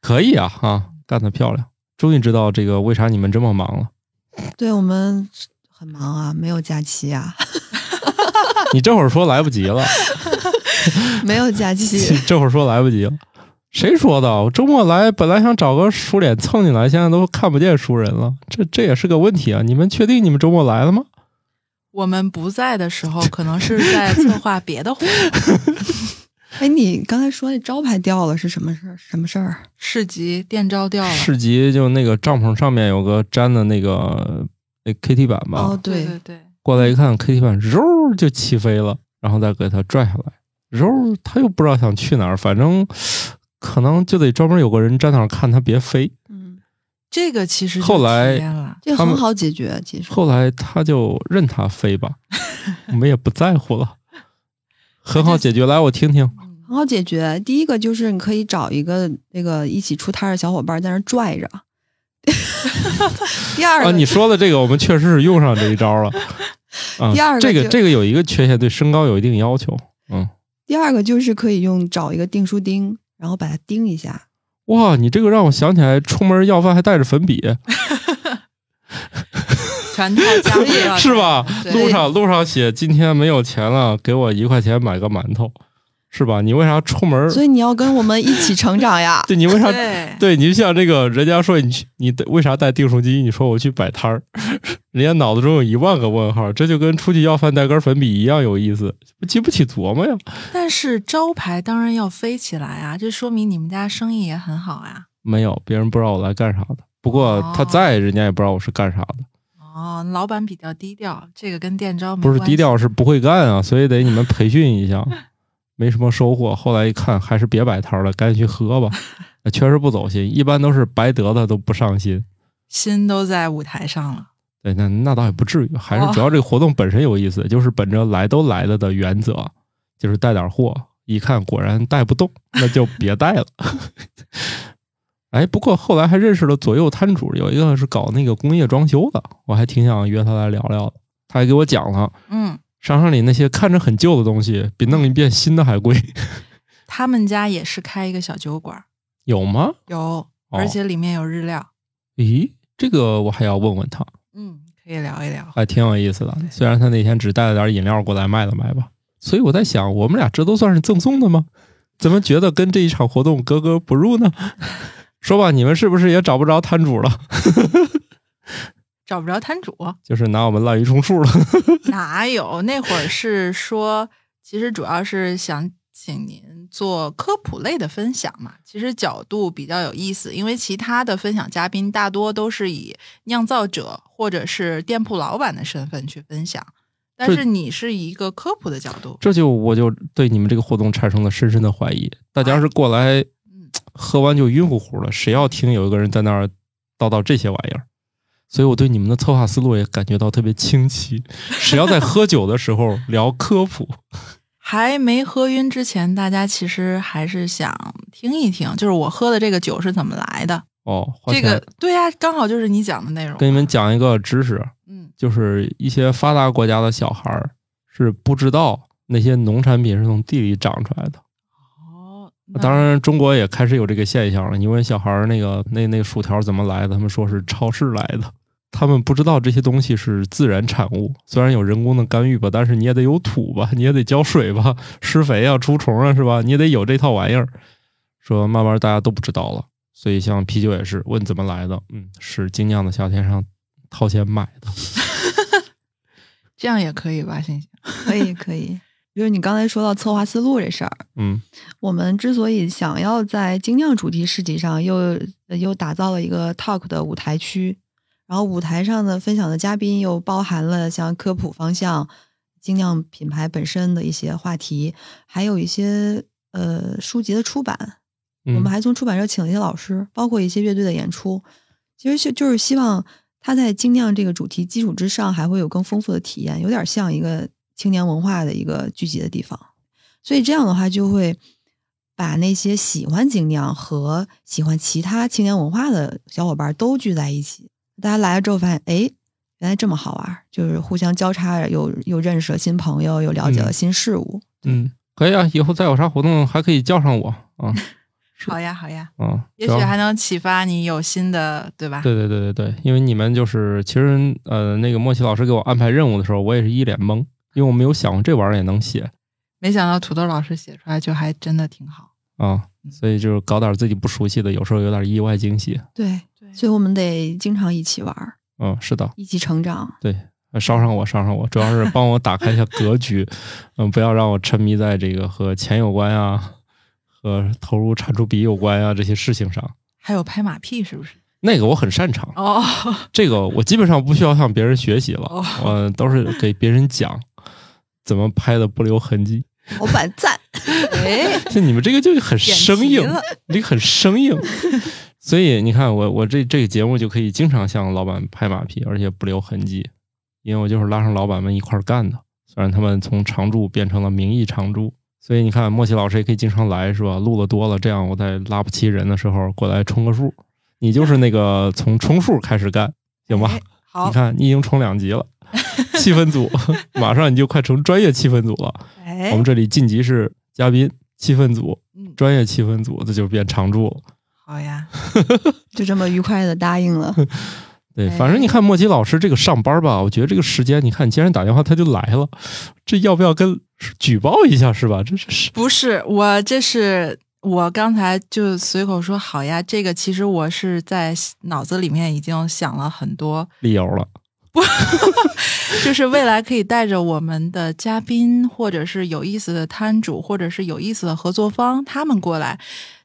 可以啊，啊，干得漂亮！终于知道这个为啥你们这么忙了。 [laughs] 对我们很忙啊，没有假期啊， [laughs] 你这会儿说来不及了，没有假你 [laughs] 期。这会儿说来不及了，谁说的？我周末来本来想找个熟脸蹭进来，现在都看不见熟人了，这这也是个问题啊！你们确定你们周末来了吗？我们不在的时候，可能是在策划别的活动，哎，你刚才说那招牌掉了是什么事儿？什么事儿？市集店招掉了。市集就那个帐篷上面有个粘的那个那 KT 板吧，哦，对对，对对，过来一看 KT 板，肉就起飞了，然后再给它拽下来，肉它又不知道想去哪儿，反正可能就得专门有个人站那儿看它别飞。嗯，这个其实就后来体验了这他们很好解决，其实。后来他就任它飞 [laughs] 吧，我们也不在乎了，很好解决。来，我听听。很好解决。第一个就是你可以找一个那个一起出摊儿的小伙伴在那儿拽着。 [laughs] 第二个，啊，你说的这个，我们确实是用上这一招 [laughs] 了。啊，第二个这个就这个有一个缺陷，对身高有一定要求。嗯，第二个就是可以用找一个订书钉，然后把它钉一下。哇，你这个让我想起来，出门要饭还带着粉笔，全套加 [laughs] 入啊了是吧？对路上路上写今天没有钱了，给我一块钱买个馒头，是吧？你为啥出门？所以你要跟我们一起成 [laughs]。长呀对，你为啥？对，对，你就像这个人家说你去，你得为啥带订书机？你说我去摆摊儿， [laughs] 人家脑子中有一万个问号，这就跟出去要饭带根粉笔一样有意思，不经不起琢磨呀。但是招牌当然要飞起来啊，这说明你们家生意也很好啊。没有，别人不知道我来干啥的，不过他哦在，人家也不知道我是干啥的。哦，老板比较低调，这个跟店招没不是关低系调，是不会干啊，所以得你们培训一下，没什么收获。后来一看，还是别摆摊儿了，赶紧去喝吧。 [laughs] 那确实不走心，一般都是白得的都不上心。心都在舞台上了。对，那那倒也不至于，还是哦主要这个活动本身有意思，就是本着来都来了的原则，就是带点货，一看果然带不动，那就别带了。 [laughs] 哎，不过后来还认识了左右摊主，有一个是搞那个工业装修的，我还挺想约他来聊聊的。他还给我讲了，嗯，商场里那些看着很旧的东西，比弄一遍新的还贵， [laughs] 他们家也是开一个小酒馆，有吗？有，哦而且里面有日料。咦，这个我还要问问他，嗯，可以聊一聊。还挺有意思的对。虽然他那天只带了点饮料过来卖了卖吧，所以我在想，我们俩这都算是赠送的吗？怎么觉得跟这一场活动格格不入呢？ [laughs] 说吧，你们是不是也找不着摊主了？找不着摊主，就是拿我们滥竽充数了。 [laughs] 哪有？那会儿是说，其实主要是想请您做科普类的分享嘛。其实角度比较有意思，因为其他的分享嘉宾大多都是以酿造者或者是店铺老板的身份去分享，但这是你是以一个科普的角度，这就我就对你们这个活动产生了深深的怀疑。大家是过来嗯，喝完就晕乎乎了，谁要听有一个人在那儿叨叨这些玩意儿？所以我对你们的策划思路也感觉到特别清晰。 [laughs] 谁要在喝酒的时候聊科普，还没喝晕之前，大家其实还是想听一听，就是我喝的这个酒是怎么来的。哦，花这钱个对呀、刚好就是你讲的内容。跟你们讲一个知识，嗯，就是一些发达国家的小孩儿是不知道那些农产品是从地里长出来的。哦，当那然，中国也开始有这个现象了。你问小孩儿那个那那薯条怎么来的，他们说是超市来的。他们不知道这些东西是自然产物，虽然有人工的干预吧，但是你也得有土吧， [laughs] 你也得浇水吧， [laughs] 施肥啊，除虫啊，是吧？你也得有这套玩意儿。说慢慢大家都不知道了，所以像啤酒也是，问怎么来的，嗯，是精酿的夏天上掏钱买的。这样也可以吧，欣欣。可以可以。就是你刚才说到策划思路这事儿，嗯，我们之所以想要在精酿主题市集上又呃又打造了一个 talk 的舞台区，然后舞台上的分享的嘉宾又包含了像科普方向、精酿品牌本身的一些话题，还有一些呃书籍的出版。嗯我们还从出版社请了一些老师，包括一些乐队的演出。其实就就是希望它在精酿这个主题基础之上，还会有更丰富的体验，有点像一个青年文化的一个聚集的地方。所以这样的话，就会把那些喜欢精酿和喜欢其他青年文化的小伙伴都聚在一起。大家来了之后发现，哎，原来这么好玩儿，就是互相交叉着，又又认识了新朋友，又了解了嗯新事物。嗯，可以啊，以后再有啥活动还可以叫上我啊好呀，好呀，啊，也只要许还能启发你有新的，对吧？对对对对对，因为你们就是其实呃，那个莫奇老师给我安排任务的时候，我也是一脸懵，因为我没有想过这玩意儿也能写没想到土豆老师写出来就还真的挺好。啊，所以就是搞点自己不熟悉的，有时候有点意外惊喜。对，对所以我们得经常一起玩儿，嗯，是的，一起成长。呃捎上我，捎上我，主要是帮我打开一下格局，嗯，不要让我沉迷在这个和钱有关啊，和投入产出比有关啊这些事情上。还有拍马屁是不是？那个我很擅长，哦，这个我基本上不需要向别人学习了，哦我都是给别人讲怎么拍的不留痕迹。老板赞， [laughs] [laughs] 哎，像你们这个就很生点硬题了，你这个很生硬。所以你看我，我这这个节目就可以经常向老板拍马屁，而且不留痕迹，因为我就是拉上老板们一块儿干的。虽然他们从常驻变成了名义常驻，所以你看，莫奇老师也可以经常来，是吧？录的多了，这样我在拉不齐人的时候过来充个数。你就是那个从充数开始干，行吧？哎好你，看，你已经充两级 [laughs] 了，气氛组 [laughs] 马上你就快成专业气氛组了。哎我们，这里晋级是嘉宾、气氛组、嗯，专业气氛组，这就变常驻了。好呀，就这么愉快的答应了。对，哎反正你看莫奇老师这个上班吧，我觉得这个时间，你看既然打电话他就来了，这要不要跟举报一下是吧？这这是不是我，这是我刚才就随口说好呀。这个其实我是在脑子里面已经想了很多理由了。就是未来可以带着我们的嘉宾，或者是有意思的摊主，或者是有意思的合作方，他们过来，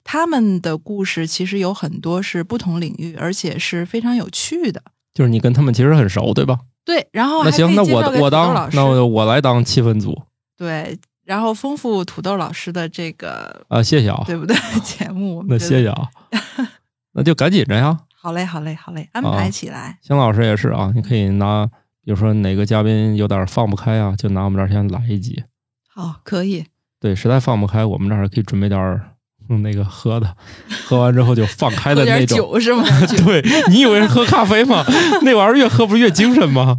他们的故事其实有很多是不同领域，而且是非常有趣的。就是你跟他们其实很熟，对吧？对，然后那哦还可行，以那介绍给我我土豆当老师那我我来当气氛组对，然后丰富土豆老师的这个啊、谢谢啊，对不对？ [laughs] 节目我们那觉得谢谢 [laughs] 啊，那就赶紧着呀。好嘞，好嘞，好嘞，安啊排起来。邢老师也是啊，你可以拿，比如说哪个嘉宾有点放不开啊，就拿我们这儿先来一集。好，可以，对，实在放不开，我们这儿可以准备点儿、嗯、那个喝的， [laughs] 喝完之后就放开喝的那点种。酒是 [laughs] 吗？对你以为是喝咖啡吗？ [laughs] 那玩意儿越喝不是越精神 [laughs] 吗？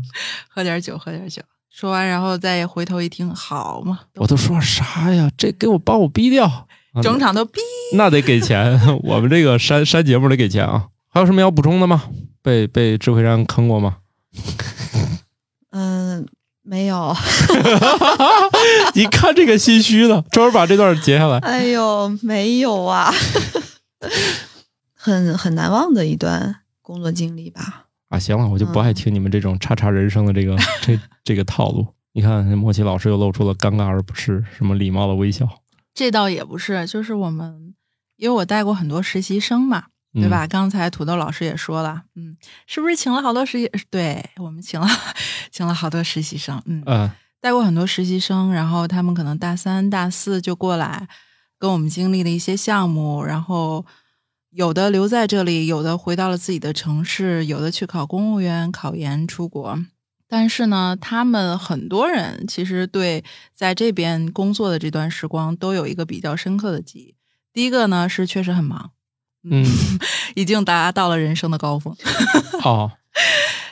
喝点酒，喝点酒。说完，然后再回头一听，好嘛，我都说啥呀？这给我把我逼掉，啊整场都逼。那得给钱。 [laughs] 我们这个删删节目得给钱啊。还有什么要补充的吗？被被智慧山坑过 [laughs] 吗？嗯，没有，你看这个心虚的，专门把这段截下来。哎呦，没有啊， [laughs] 很很难忘的一段工作经历吧。啊，行了，我就不嗯爱听你们这种叉叉人生的 [laughs] 这个、这这个套路。你看，莫奇老师又露出了尴尬而不是什么礼貌的微笑，这倒也不是，就是我们，因为我带过很多实习生嘛，嗯对吧？刚才土豆老师也说了，嗯，是不是请了好多实习？呃对我们请了请了好多实习生，嗯，嗯？啊、带过很多实习生，然后他们可能大三、大四就过来，跟我们经历了一些项目，然后有的留在这里，有的回到了自己的城市，有的去考公务员、考研、出国。但是呢，他们很多人其实对在这边工作的这段时光都有一个比较深刻的记忆。第一个呢是确实很忙， [laughs] 嗯，已经达到了人生的高峰。哦，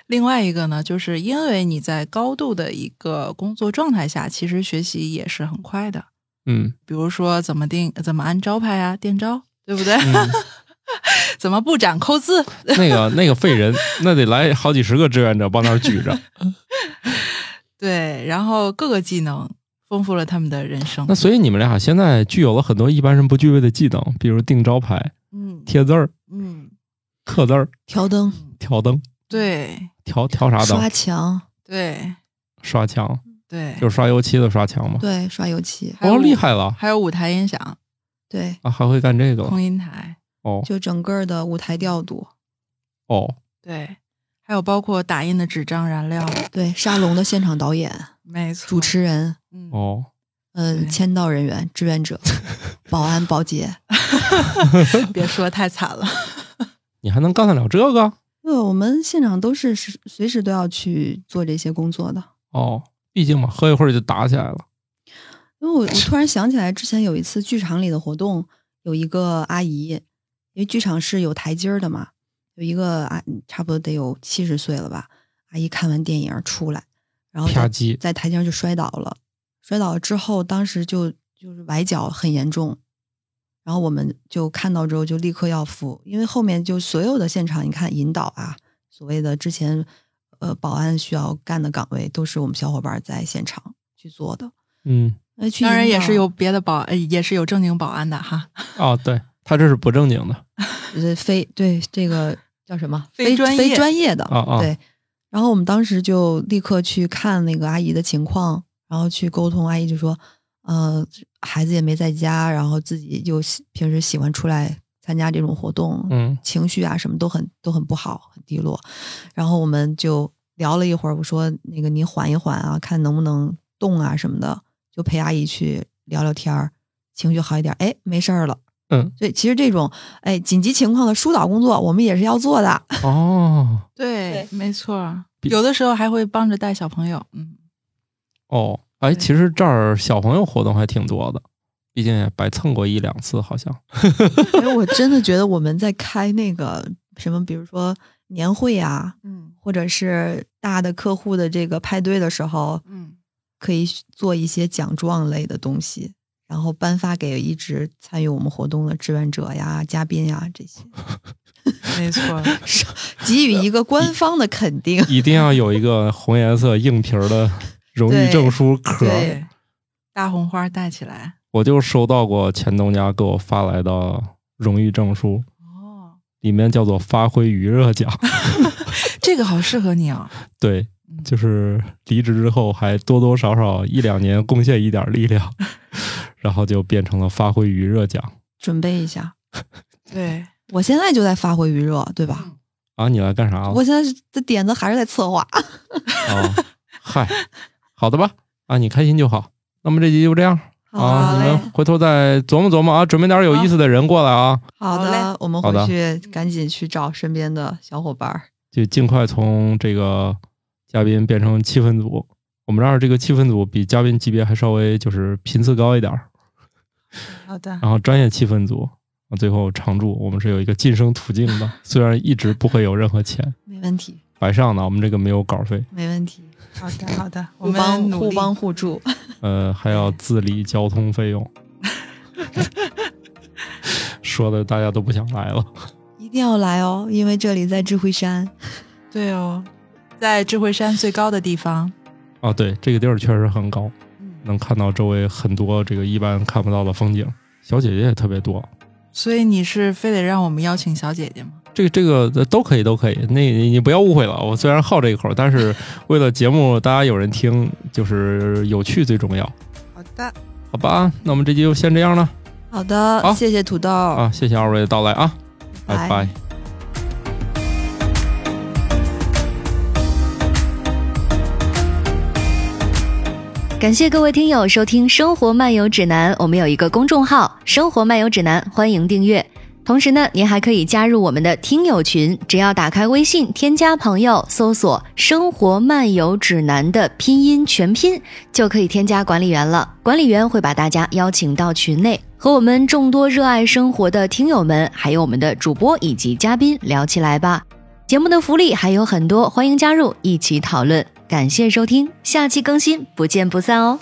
另外一个呢，就是因为你在高度的一个工作状态下，其实学习也是很快的。嗯，比如说怎么定、怎么按招牌啊、电招，对不对？嗯 [laughs] 怎么布展扣字？那个那个废人，那得来好几十个志愿者帮那儿举着。对，然后各个技能丰富了他们的人生那。所以你们俩现在具有了很多一般人不具备的技能，比如定招牌、嗯贴字儿、嗯，刻字儿、调灯、调灯、对调调啥刷灯？墙，对刷墙，对，就是刷油漆的刷墙嘛。对，刷油漆，还有哦，舞厉害了还有舞台音响、对，啊，还会干这个了空音台，哦就整个的舞台调度，哦，对，还有包括打印的纸张、燃料，对，沙龙的现场导演、 [laughs] 没错，主持人，嗯哦，嗯，对签到人员、志愿者、保安、保洁。别说太惨了。你还能干得了这个？对，呃我们现场都是时随时都要去做这些工作的。哦，毕竟嘛，喝一会儿就打起来了。因为我我突然想起来，之前有一次剧场里的活动，有一个阿姨，因为剧场是有台阶儿的嘛，有一个啊，差不多得有七十岁了吧，阿姨看完电影出来，然后啪在叽在台阶上就摔倒了，摔倒了之后，当时就就是崴脚很严重，然后我们就看到之后就立刻要扶，因为后面就所有的现场你看引导啊，所谓的之前呃保安需要干的岗位，都是我们小伙伴在现场去做的。嗯，呃去当然引也导是有别的保，呃也是有正经保安的哈，哦，对他这是不正经的，呃，非对这个叫什么非专业非专业的啊啊对。然后我们当时就立刻去看那个阿姨的情况，然后去沟通，阿姨就说，呃，孩子也没在家，然后自己又喜平时喜欢出来参加这种活动，嗯情绪啊什么都很都很不好，很低落。然后我们就聊了一会儿，我说那个你缓一缓啊，看能不能动啊什么的，就陪阿姨去聊聊天儿，情绪好一点，哎，没事儿了。嗯，所以其实这种哎紧急情况的疏导工作，我们也是要做的。 [laughs] 哦对，没错，比有的时候还会帮着带小朋友，嗯，哦，哎，对其实这儿小朋友活动还挺多的，毕竟也白蹭过一两次，好像。因为我真的觉得我们在开那个什么，比如说年会啊，嗯或者是大的客户的这个派对的时候，嗯，可以做一些奖状类的东西，然后颁发给一直参与我们活动的志愿者呀、嘉宾呀这些，没错，给予一个官方的肯定一定要有一个红颜色硬皮儿 [laughs] 的荣誉证书壳。对 [laughs] 对，大红花带起来，我就收到过前东家给我发来的荣誉证书，哦，里面叫做发挥余热 [laughs] 奖。这个好适合你啊！对，就是离职之后还多多少少一两年贡献一点力 [laughs] 量，然后就变成了发挥余热奖准备一下。对，我现在就在发挥余热，对吧？啊！你来干啥了？我现在是的点子还是在策划。啊，嗨，好的吧，啊，你开心就好。那么这集就这样啊，好你嘞，们回头再琢磨琢磨啊，准备点有意思的人过来啊，好好嘞的，我们好的回去赶紧去找身边的小伙伴儿。就尽快从这个嘉宾变成气氛组。我们这儿这个气氛组比嘉宾级别还稍微就是频次高一点儿，好的，然后专业气氛组啊，最后常驻，我们是有一个晋升途径的，虽然一直不会有任何钱，没问题，白上呢，我们这个没有稿费，没问题，好的，好的，我互帮们努互力。帮互助。 [laughs] 呃，还要自理交通费用，说的大家都不想来了。一定要来哦，因为这里在智慧山。对哦，在智慧山最高的地方，啊，对，这个地儿确实很高，嗯，能看到周围很多这个一般看不到的风景。小姐姐也特别多，所以你是非得让我们邀请小姐姐吗？这个这个呃都可以，都可以。那你你不要误会了，我虽然好这一口，但是为了节目大家有人听，就是有趣最重要，好的，好吧？那我们这集就先这样了好的，好谢谢土豆，啊！谢谢二位的到来啊，拜拜拜感谢各位听友收听《生活漫游指南》，我们有一个公众号《生活漫游指南》，欢迎订阅。同时呢，您还可以加入我们的听友群，只要打开微信添加朋友，搜索“生活漫游指南”的拼音全拼，就可以添加管理员了。管理员会把大家邀请到群内，和我们众多热爱生活的听友们，还有我们的主播以及嘉宾聊起来吧。节目的福利还有很多，欢迎加入一起讨论。感谢收听，下期更新，不见不散哦。